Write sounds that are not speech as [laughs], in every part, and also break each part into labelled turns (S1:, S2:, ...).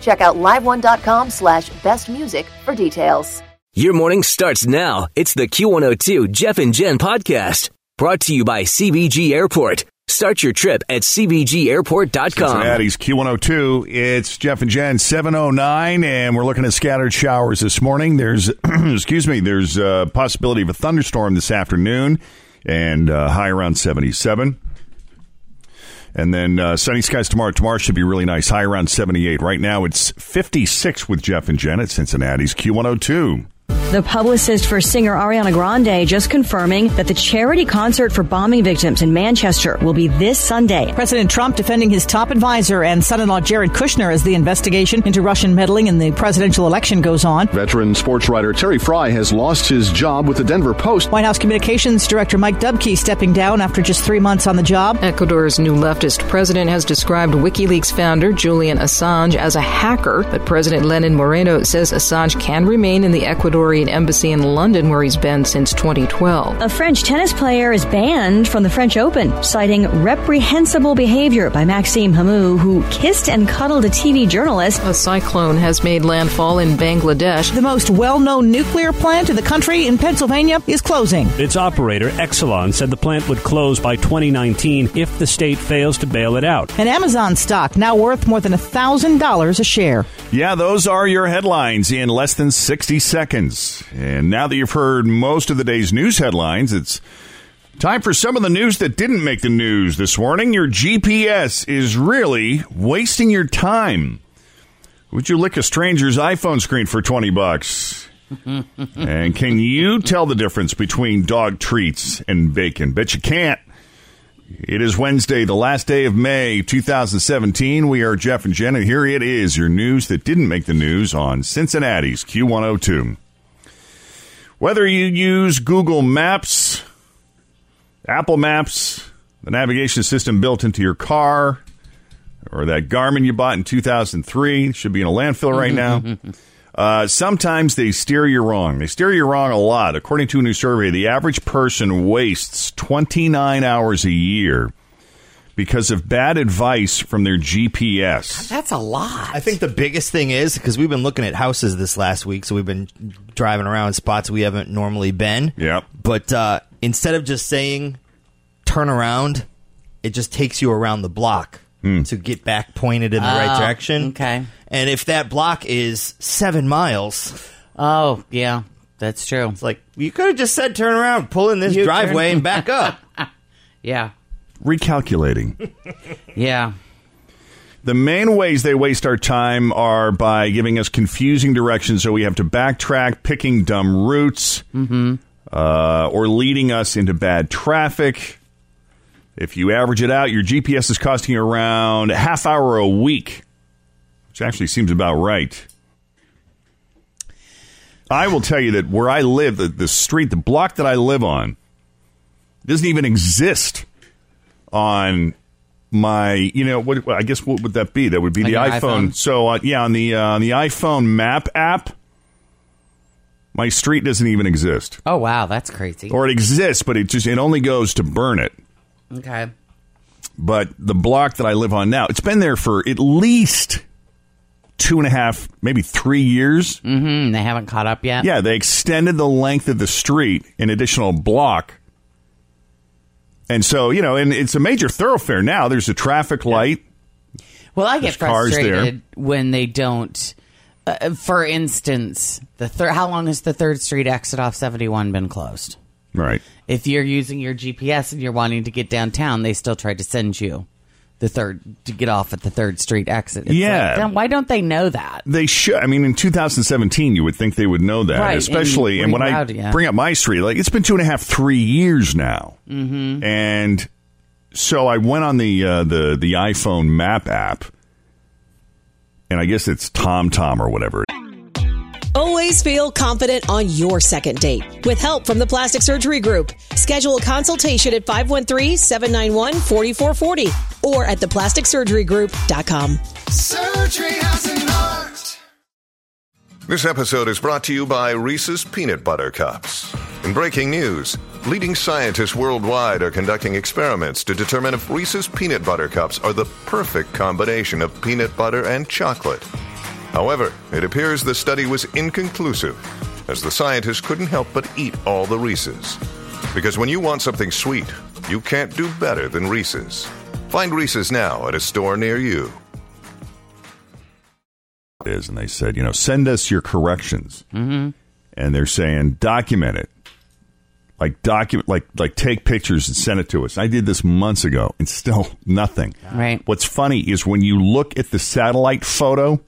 S1: Check out liveone.com slash best music for details.
S2: Your morning starts now. It's the Q102 Jeff and Jen podcast brought to you by CBG Airport. Start your trip at CBGAirport.com.
S3: Cincinnati's Q102. It's Jeff and Jen, 709, and we're looking at scattered showers this morning. There's, [clears throat] excuse me, there's a possibility of a thunderstorm this afternoon and uh, high around 77. And then uh, sunny skies tomorrow. Tomorrow should be really nice, high around 78. Right now it's 56 with Jeff and Jen at Cincinnati's Q102.
S4: The publicist for singer Ariana Grande just confirming that the charity concert for bombing victims in Manchester will be this Sunday.
S5: President Trump defending his top advisor and son in law Jared Kushner as the investigation into Russian meddling in the presidential election goes on.
S6: Veteran sports writer Terry Fry has lost his job with the Denver Post.
S5: White House Communications Director Mike Dubkey stepping down after just three months on the job.
S7: Ecuador's new leftist president has described WikiLeaks founder Julian Assange as a hacker, but President Lenin Moreno says Assange can remain in the Ecuadorian embassy in London where he's been since 2012.
S4: A French tennis player is banned from the French Open, citing reprehensible behavior by Maxime Hamou, who kissed and cuddled a TV journalist.
S7: A cyclone has made landfall in Bangladesh.
S5: The most well known nuclear plant in the country in Pennsylvania is closing.
S8: Its operator, Exelon, said the plant would close by 2019 if the state fails to bail it out.
S5: An Amazon stock now worth more than $1,000 a share.
S3: Yeah, those are your headlines in less than 60 seconds. And now that you've heard most of the day's news headlines, it's time for some of the news that didn't make the news this morning. Your GPS is really wasting your time. Would you lick a stranger's iPhone screen for 20 bucks? and can you tell the difference between dog treats and bacon? Bet you can't. It is Wednesday, the last day of May 2017. We are Jeff and Jen, and here it is your news that didn't make the news on Cincinnati's Q102. Whether you use Google Maps, Apple Maps, the navigation system built into your car, or that Garmin you bought in 2003, should be in a landfill right now. Uh, sometimes they steer you wrong. They steer you wrong a lot. According to a new survey, the average person wastes 29 hours a year because of bad advice from their GPS.
S9: That's a lot.
S10: I think the biggest thing is because we've been looking at houses this last week, so we've been driving around spots we haven't normally been.
S3: Yep.
S10: But uh, instead of just saying turn around, it just takes you around the block to get back pointed in the right
S9: Oh,
S10: direction.
S9: okay.
S10: And if that block is seven miles,
S9: Oh, yeah, that's true.
S10: it's like you could have just said turn around, pull in this
S9: You
S10: driveway
S9: turn-
S10: and
S9: [laughs]
S10: back up.
S9: Yeah,
S3: Recalculating.
S9: yeah.
S3: The main ways they waste our time are by giving us confusing directions, so we have to backtrack, picking dumb routes, uh, or leading us into bad traffic. If you average it out, your GPS is costing you around a half hour a week, which actually seems about right. I will tell you that where I live, the, the street, the block that I live on, doesn't even exist on my you know what I guess what would that be? That would be
S9: Like
S3: the
S9: your
S3: iPhone.
S9: iPhone?
S3: So uh, yeah, on the uh, on the iPhone Map app, My street doesn't even exist,
S9: Oh wow, that's crazy.
S3: or it exists, but it just it only goes to burn it.
S9: okay.
S3: But the block that I live on now, it's been there for at least two and a half, maybe three years.
S9: Mm-hmm. They haven't caught up yet.
S3: Yeah, they extended the length of the street an additional block. And so, you know, and it's a major thoroughfare now. There's a traffic light.
S9: Well, I get
S3: There's cars there.
S9: frustrated when they don't. Uh, for instance, the thir- how long has the Third Street exit off seventy one been closed?
S3: Right.
S9: If you're using your GPS and you're wanting to get downtown, they still try to send you the third to get off at the Third Street exit. It's
S3: Yeah.
S9: like, then why don't they know that?
S3: They should. I mean, in 2017, you would think they would know that,
S9: Right, and
S3: especially. And, when I
S9: reroute, yeah.
S3: bring up my street, like it's been two and a half, three years now,
S9: Mhm.
S3: and so I went on the uh, the the iPhone Map app, and I guess it's TomTom or whatever.
S11: Always feel confident on your second date with help from the Plastic Surgery Group. Schedule a consultation at 513-791-4440 or at
S12: [laughs]
S11: theplasticsurgerygroup.com.
S13: Surgery has an art.
S14: This episode is brought to you by Reese's Peanut Butter Cups. In breaking news, leading scientists worldwide are conducting experiments to determine if Reese's Peanut Butter Cups are the perfect combination of peanut butter and chocolate. However, it appears the study was inconclusive, as the scientists couldn't help but eat all the Reese's. Because when you want something sweet, you can't do better than Reese's. Find Reese's now at a store near you.
S3: it is, and they said, you know, send us your corrections. Mm-hmm. And they're saying document it, like document, like like take pictures and send it to us. I did this months ago, and still [laughs] nothing.
S9: Right.
S3: What's funny is when you look at the satellite photo,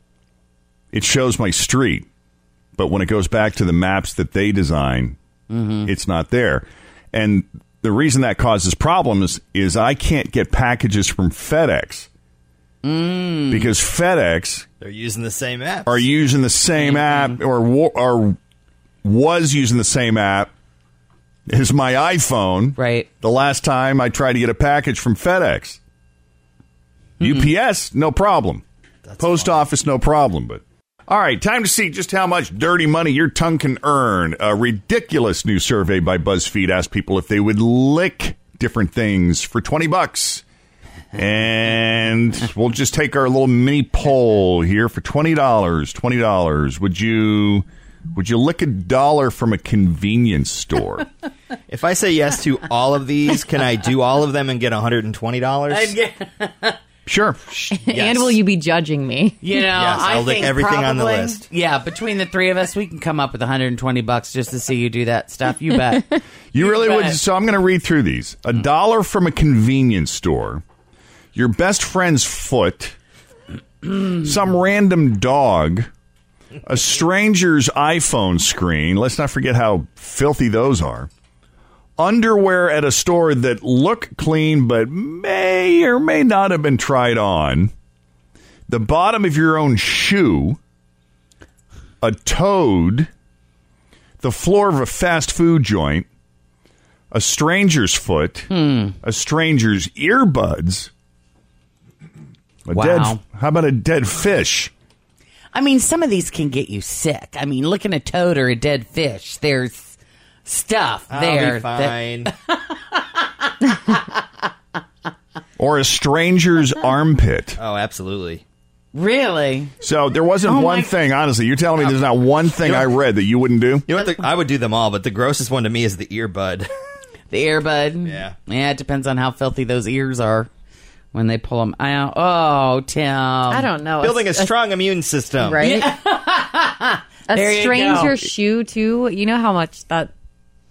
S3: it shows my street, but when it goes back to the maps that they design, it's not there. And the reason that causes problems is I can't get packages from FedEx because FedEx
S10: They're using the same app.
S3: are using the same app or wa- or was using the same app as my iPhone.
S9: Right.
S3: The last time I tried to get a package from FedEx. UPS, no problem. Post office, no problem. But all right, time to see just how much dirty money your tongue can earn. A ridiculous new survey by BuzzFeed asked people if they would lick different things for twenty bucks. And we'll just take our little mini poll here for twenty dollars. Twenty dollars. Would you would you lick a dollar from a convenience store?
S10: If I say yes to all of these, can I do all of them and get $120?
S3: Sure.
S12: And will you be judging me?
S9: You know, I
S10: I'll lick
S9: think
S10: everything on the
S9: probably-
S10: list.
S9: Yeah, between the three of us, we can come up with 120 bucks just to see you do that stuff. You bet.
S3: You really would. So I'm going to read through these. A dollar from a convenience store, your best friend's foot, some random dog, a stranger's iPhone screen. Let's not forget how filthy those are. Underwear at a store that look clean but may or may not have been tried on. The bottom of your own shoe. A toad. The floor of a fast food joint a stranger's foot,
S10: Hmm.
S3: a stranger's earbuds, a
S9: Wow.
S3: dead. How about a dead fish?
S9: [laughs] I mean, some of these can get you sick. I mean, looking at a toad or a dead fish, there's stuff
S10: I'll be
S9: there. that-
S10: fine.
S3: or
S10: [laughs]
S3: a stranger's armpit.
S10: Oh, absolutely.
S9: really?
S3: So there wasn't
S10: Oh,
S3: one
S10: my-
S3: thing, honestly. You're telling me there's not one thing I read that you wouldn't do?
S10: You know what? The, I would do them all, but the grossest one to me is the earbud.
S9: The earbud? Yeah. Yeah, it depends on how filthy those ears are when they pull them out. Oh, Tim. I
S12: don't know.
S10: Building a strong immune system.
S12: Right?
S9: [laughs]
S12: a
S9: There you go.
S12: stranger shoe too. You know how much that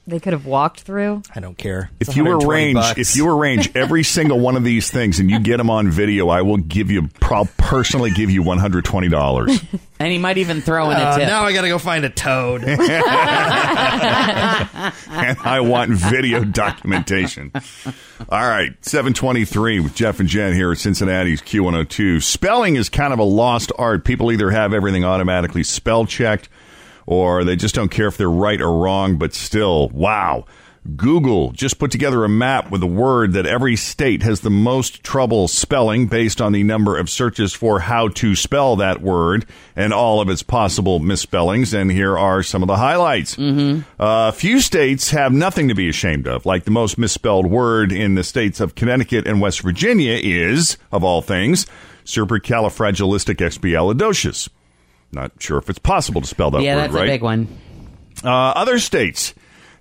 S12: they could have walked through.
S10: I don't care.
S3: If you arrange, if
S10: [laughs]
S3: you arrange every single one of these things and you get them on video, I will give you. I'll personally give you one hundred twenty dollars.
S9: And he might even throw in a
S10: Uh,
S9: tip.
S10: now I gotta go find a toad.
S3: and I want video documentation. All right, 723 with Jeff and Jen here at Cincinnati's Q102. Spelling is kind of a lost art. People either have everything automatically spell checked or they just don't care if they're right or wrong, but still, wow. Google just put together a map with a word that every state has the most trouble spelling based on the number of searches for how to spell that word and all of its possible misspellings. And here are some of the highlights. Mm-hmm. Uh, few states have nothing to be ashamed of. Like the most misspelled word in the states of Connecticut and West Virginia is, of all things, supercalifragilisticexpialidocious. Not sure if it's possible to spell that
S9: yeah,
S3: word
S9: that's
S3: right.
S9: a big one.
S3: Uh, other states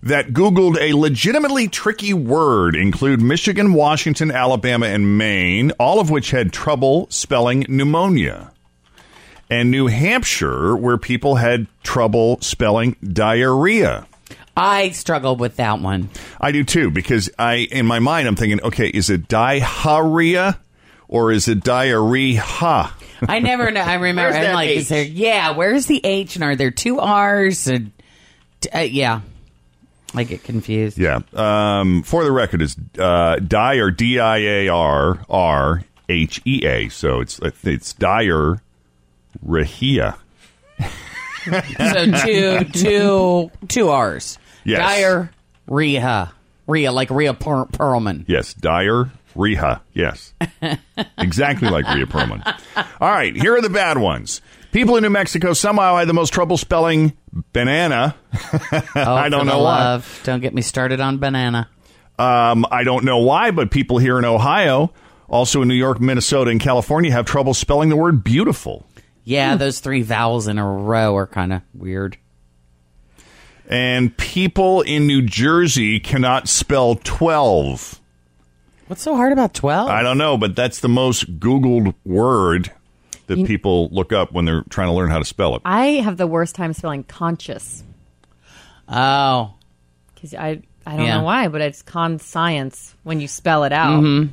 S3: that Googled a legitimately tricky word include Michigan, Washington, Alabama, and Maine, all of which had trouble spelling pneumonia. And New Hampshire, where people had trouble spelling diarrhea.
S9: I struggled with that one.
S3: I do too, because I, in my mind, I'm thinking, okay, is it diarrhea or is it diarrhea?
S9: I never know. [laughs] I remember.
S3: Where's
S9: I'm
S3: that
S9: like, is
S3: H?
S9: there? Yeah, where's the H? And are there two R's? And uh, yeah, I get confused.
S3: Yeah. Um, for the record, is uh, die or D I A R R H E A. So it's it's dire rahia.
S9: so two, [laughs] two, two R's.
S3: Yes.
S9: Diarrhea, Rhea, like Rhea per- Perlman.
S3: Yes, dire reha.
S9: [laughs]
S3: Yes, exactly like Rhea Perlman. All right, here are the bad ones. People in New Mexico somehow had the most trouble spelling banana. [laughs] I
S9: Oh, for
S3: don't
S9: the
S3: know why.
S9: love. Don't get me started on banana.
S3: Um, I don't know why, but people here in Ohio, also in New York, Minnesota, and California, have trouble spelling the word beautiful.
S9: Yeah, those three vowels in a row are kind of weird.
S3: And people in New Jersey cannot spell 12.
S9: What's so hard about 12?
S3: I don't know, but that's the most Googled word that people look up when they're trying to learn how to spell it.
S12: I have the worst time spelling conscious
S9: Oh.
S12: because I I don't
S3: Yeah.
S12: know why, but it's conscience when you spell it out.
S9: Mm-hmm.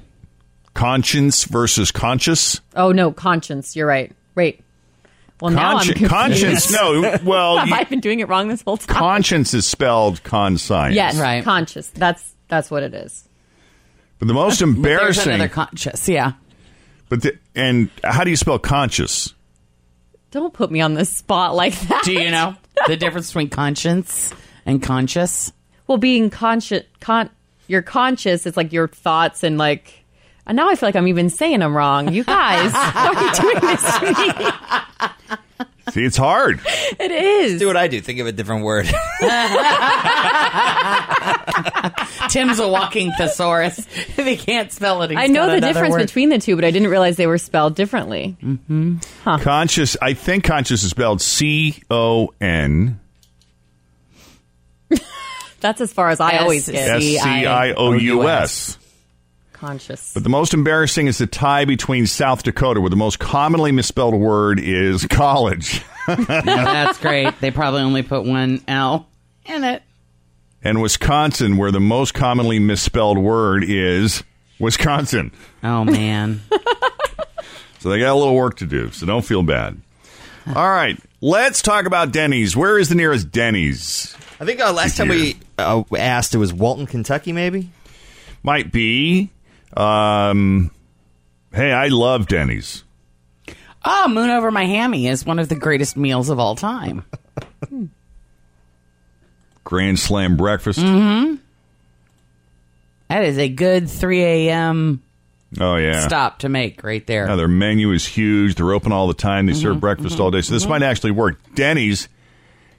S3: Conscience versus conscious.
S12: Oh no, conscience. You're right. Wait. Well, now I'm
S3: Consci-
S12: confused. [laughs]
S3: conscience, no, well,
S12: have
S3: you-
S12: I been doing it wrong this whole time?
S3: Conscience is spelled conscience.
S12: Yes, conscious. That's that's what it is.
S3: But
S12: [laughs]
S3: the most embarrassing.
S9: another conscious, yeah.
S3: But the, and how do you spell conscious?
S12: Don't put me on the spot like [laughs] that.
S9: Do you know the difference between conscience and conscious?
S12: Well, being conscious, con- you're conscious. It's like your thoughts and like. And now I feel like I'm even saying them wrong. You guys, why are you doing this to me?
S3: See, it's hard.
S12: It is.
S10: do what I do. Think of a different word.
S9: [laughs] Tim's a walking
S12: [laughs]
S9: thesaurus. if he can't spell it, he's
S12: I know
S9: got
S12: the
S9: another
S12: difference
S9: word.
S12: between the two, but I didn't realize they were spelled differently.
S3: Mm-hmm. Conscious. I think conscious is spelled C O N
S12: That's as far as I always get.
S3: S C I O U S.
S12: Conscious.
S3: But the most embarrassing is the tie between South Dakota, where the most commonly misspelled word is college, [laughs]
S9: Yeah, that's great. They probably only put one L in it.
S3: and Wisconsin, where the most commonly misspelled word is Wisconsin.
S9: Oh, man.
S3: [laughs] so they got a little work to do, so don't feel bad. All right, let's talk about Denny's. Where is the nearest Denny's?
S10: I think uh, last time we uh, asked, it was Walton, Kentucky, maybe?
S3: Might be. Um, hey, I love Denny's.
S9: Oh, Moon Over My Hammy is one of the greatest meals of all time.
S3: Grand Slam breakfast.
S9: Mm-hmm. That is a good 3 a.m.
S3: Oh yeah.
S9: stop to make right there. Mm-hmm,
S3: Now, their menu is huge. They're open all the time. They serve breakfast all day. So this might actually work. Denny's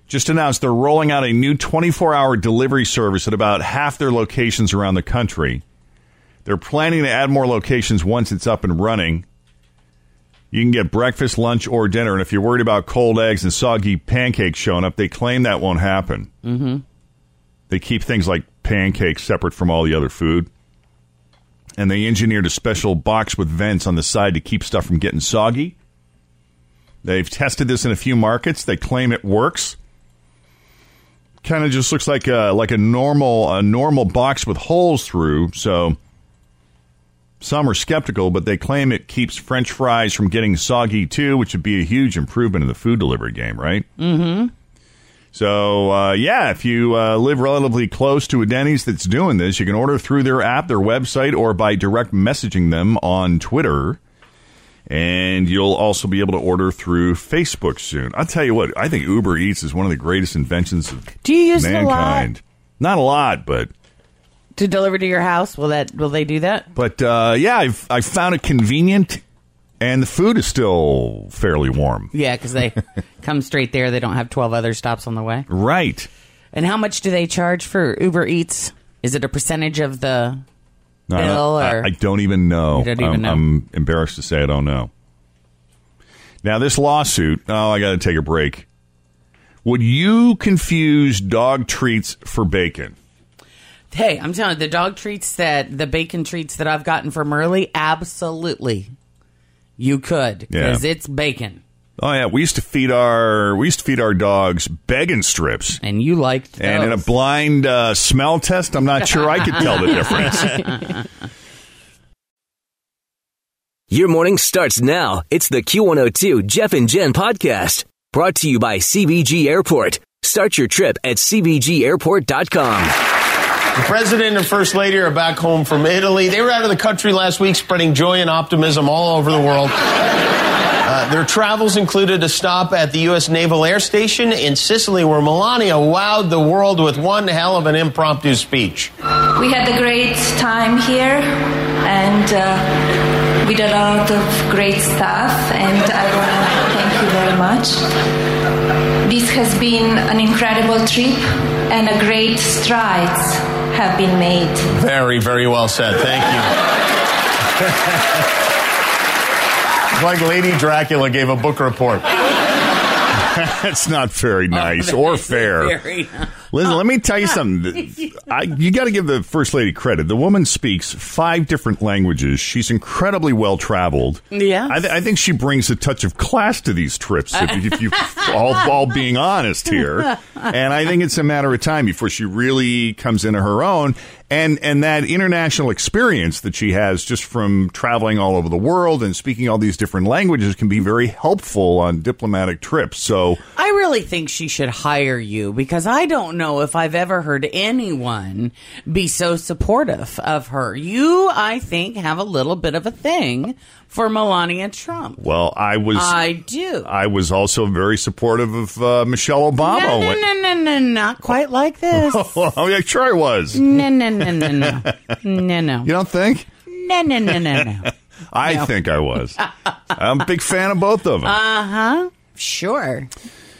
S3: just announced they're rolling out a new 24 hour delivery service at about half their locations around the country. They're planning to add more locations once it's up and running. You can get breakfast, lunch, or dinner. And if you're worried about cold eggs and soggy pancakes showing up, they claim that won't happen.
S9: Mm-hmm.
S3: They keep things like pancakes separate from all the other food. And they engineered a special box with vents on the side to keep stuff from getting soggy. They've tested this in a few markets. They claim it works. Kind of just looks like a like a normal a normal box with holes through. So some are skeptical, but they claim it keeps French fries from getting soggy too, which would be a huge improvement in the food delivery game, right?
S9: Mm-hmm.
S3: So uh, yeah, if you uh, live relatively close to a Denny's that's doing this, you can order through their app, their website, or by direct messaging them on Twitter. And you'll also be able to order through Facebook soon. I'll tell you what, I think Uber Eats is one of the greatest inventions of
S9: Do you use it a lot?
S3: mankind. Not a lot, but
S9: to deliver to your house. Will that will they do that?
S3: But uh, yeah, I've I found it convenient, and the food is still fairly warm.
S9: Yeah,
S3: [laughs]
S9: because they come straight there. They don't have twelve other stops on the way.
S3: Right.
S9: And how much do they charge for Uber Eats? Is it a percentage of the
S3: I don't-
S9: bill
S3: I,
S9: or
S3: I don't even know.
S9: You don't even
S3: I'm,
S9: know.
S3: I'm embarrassed to say I don't know. Now this lawsuit. Oh, I got to take a break. Would you confuse dog treats for bacon?
S9: Hey, I'm telling you, the dog treats that the bacon treats that I've gotten from early, absolutely. You could because
S3: Yeah.
S9: it's bacon.
S3: Oh yeah, we used to feed our we used to feed our dogs bacon strips,
S9: and you liked.
S3: And in a blind uh, smell test, I'm not sure I could tell
S9: [laughs]
S3: the difference.
S2: Your morning starts now. It's the Q102 Jeff and Jen podcast brought to you by CBG Airport. Start your trip at CBGAirport.com.
S15: The president and first lady are back home from Italy. They were out of the country last week, spreading joy and optimism all over the world. Uh, their travels included a stop at the U.S. Naval Air Station in Sicily, where Melania wowed the world with one hell of an impromptu speech.
S16: We had a great time here and uh, we did a lot of great stuff and I want to thank you very much. This has been an incredible trip and a great strides have been made.
S15: Very, very well said. Thank you. it's like Lady Dracula gave a book
S3: [laughs]
S15: report.
S3: That's not very
S15: [laughs]
S3: nice or fair. Listen, let me tell you something. I, you got to give the first lady credit. The woman speaks five different languages. She's incredibly well traveled.
S9: Yeah.
S3: I, th- I think she brings a touch of class to these trips. If, if you all, all being honest here, and I think it's a matter of time before she really comes into her own. And and that international experience that she has just from traveling all over the world and speaking all these different languages can be very helpful on diplomatic trips. So.
S9: I really think she should hire you because I don't know if I've ever heard anyone be so supportive of her. You, I think, have a little bit of a thing for Melania Trump.
S3: Well, I was.
S9: I do.
S3: I was also very supportive of uh, Michelle Obama.
S9: No, no, no, no, [laughs] no, not quite like
S3: [laughs]
S9: this.
S3: oh, yeah, sure I was.
S9: No, no, no, no, no, no, no.
S3: You don't think?
S9: No, no, no, no, no.
S3: I
S9: No.
S3: think I
S9: [laughs]
S3: was. I'm a big fan of both of them.
S9: Uh huh. Sure.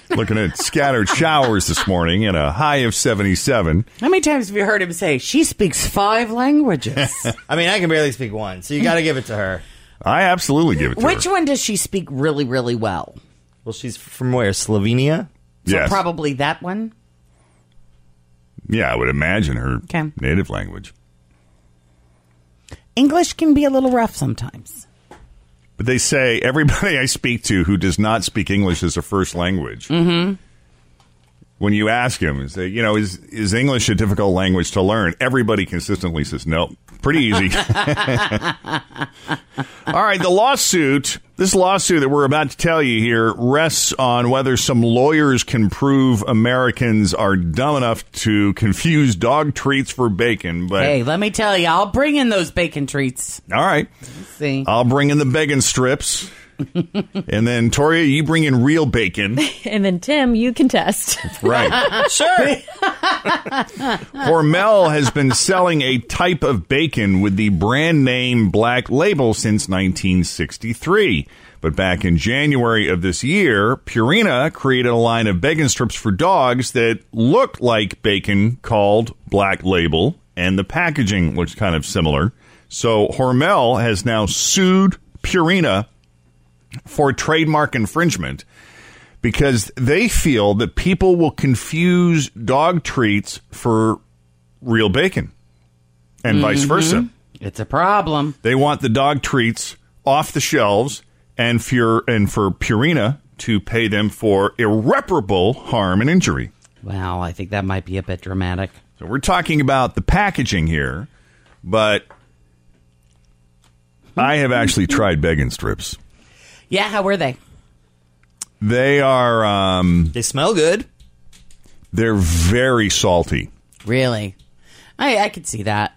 S3: Looking at scattered showers this morning and a high of 77.
S9: How many times have you heard him say she speaks
S3: [laughs]
S9: five languages?
S10: I mean, I can barely speak one, so you got to give it to her.
S3: I absolutely give it to
S9: Which one does she speak really, really well?
S10: Well, she's from where? Slovenia?
S9: So probably that one.
S3: Yeah, I would imagine her
S9: Okay.
S3: native language.
S9: English can be a little rough sometimes.
S3: But they say everybody I speak to who does not speak English as a first language,
S9: Mm-hmm.
S3: when you ask him, is that, you know, is, is English a difficult language to learn? Everybody consistently says, no, pretty easy. [laughs] All right, the lawsuit, this lawsuit that we're about to tell you here rests on whether some lawyers can prove Americans are dumb enough to confuse dog treats for bacon. But
S9: Hey, let me tell you, I'll bring in those bacon treats.
S3: all right,
S9: See,
S3: I'll bring in the bacon strips. and then, Toria, you bring in real bacon.
S12: [laughs] And then Tim, you contest.
S3: Right.
S9: sure.
S3: [laughs] Hormel has been selling a type of bacon with the brand name Black Label since 1963. But back in January of this year, Purina created a line of bacon strips for dogs that looked like bacon called Black Label, and the packaging looks kind of similar. So Hormel has now sued Purina for trademark infringement because they feel that people will confuse dog treats for real bacon and vice
S9: Mhm.
S3: versa.
S9: It's a problem.
S3: They want the dog treats off the shelves and for, and for Purina to pay them for irreparable harm and injury.
S9: Wow, I think that might be a bit dramatic.
S3: So we're talking about the packaging here, but I have actually tried bacon strips.
S9: Yeah, how were they?
S3: They are. Um, they smell good. They're very salty.
S9: Really? I I could see that.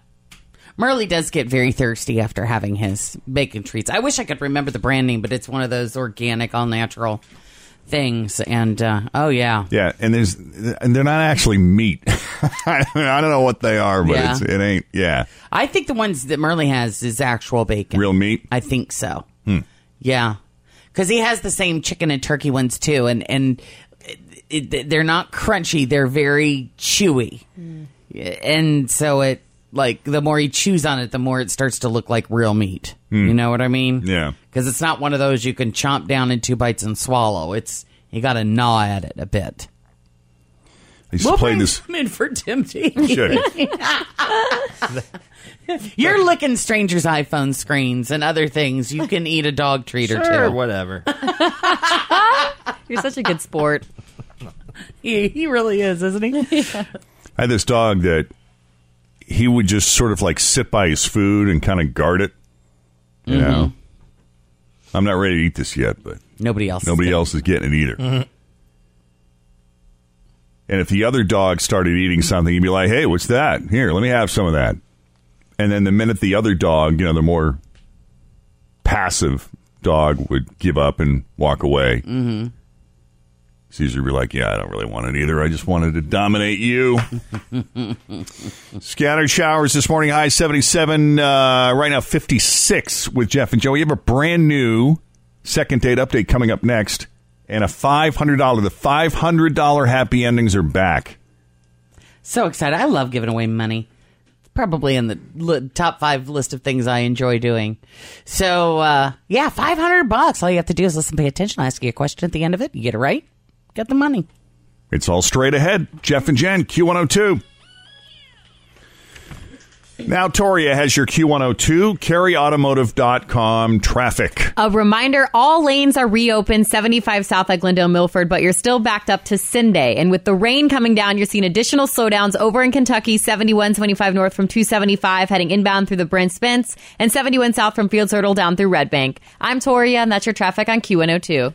S9: Merle does get very thirsty after having his bacon treats. I wish I could remember the brand name, but it's one of those organic, all natural things. And uh, oh yeah,
S3: Yeah, and there's and they're not actually meat. [laughs] I don't know what they are, but
S9: Yeah.
S3: it's, it ain't. Yeah.
S9: I think the ones that Merle has is actual bacon.
S3: Real meat?
S9: I think so.
S3: Hmm.
S9: Yeah. Because he has the same chicken and turkey ones too. And, and it, it- they're not crunchy, they're very chewy. And so it, like, the more he chews on it, the more it starts to look like real meat.
S3: Hmm.
S9: You know what I mean?
S3: Yeah.
S9: Because it's not one of those you can chomp down in two bites and swallow. It's, you got to gnaw at it a bit.
S3: I used to play this.
S9: I'm in for Timothy.
S3: Should.
S9: [laughs] You're licking strangers' iPhone screens and other things. You can eat a dog treat or two.
S10: Sure, whatever.
S12: You're such a
S9: uh,
S12: good sport.
S9: he, he really is, isn't he?
S3: [laughs] I had this dog that he would just sort of like sit by his food and kind of guard it. You
S9: Mm-hmm.
S3: know, I'm not ready to eat this yet, but
S9: nobody
S3: [laughs]
S9: else.
S3: Nobody else is getting it either. And if the other dog started eating something, he'd be like, "Hey, what's that? Here, let me have some of that." And then the minute the other dog, you know, the more passive dog would give up and walk away,
S9: Mm-hmm.
S3: Caesar would be like, "Yeah, I don't really want it either. I just wanted to dominate you." Scattered showers this morning. High seventy-seven. Uh, right now, fifty-six with Jeff and Joe. We have a brand new second date update coming up next, and a five hundred dollar. The five hundred dollar happy endings are back.
S9: So excited. I love giving away money. Probably in the li- top five list of things I enjoy doing. So, uh, yeah, 500 bucks. All you have to do is listen, pay attention. I ask you a question at the end of it. You get it right, get the money.
S3: It's all straight ahead. Jeff and Jen, Q102. Now, Toria has your Q102, carryautomotive.com traffic.
S12: A reminder all lanes are reopened 75 South at Glendale Milford, but you're still backed up to Sunday. And with the rain coming down, you're seeing additional slowdowns over in Kentucky 7125 north from 275 heading inbound through the Brent Spence and 71 south from Fields Hurdle down through Red Bank. I'm Toria, and that's your traffic on Q102.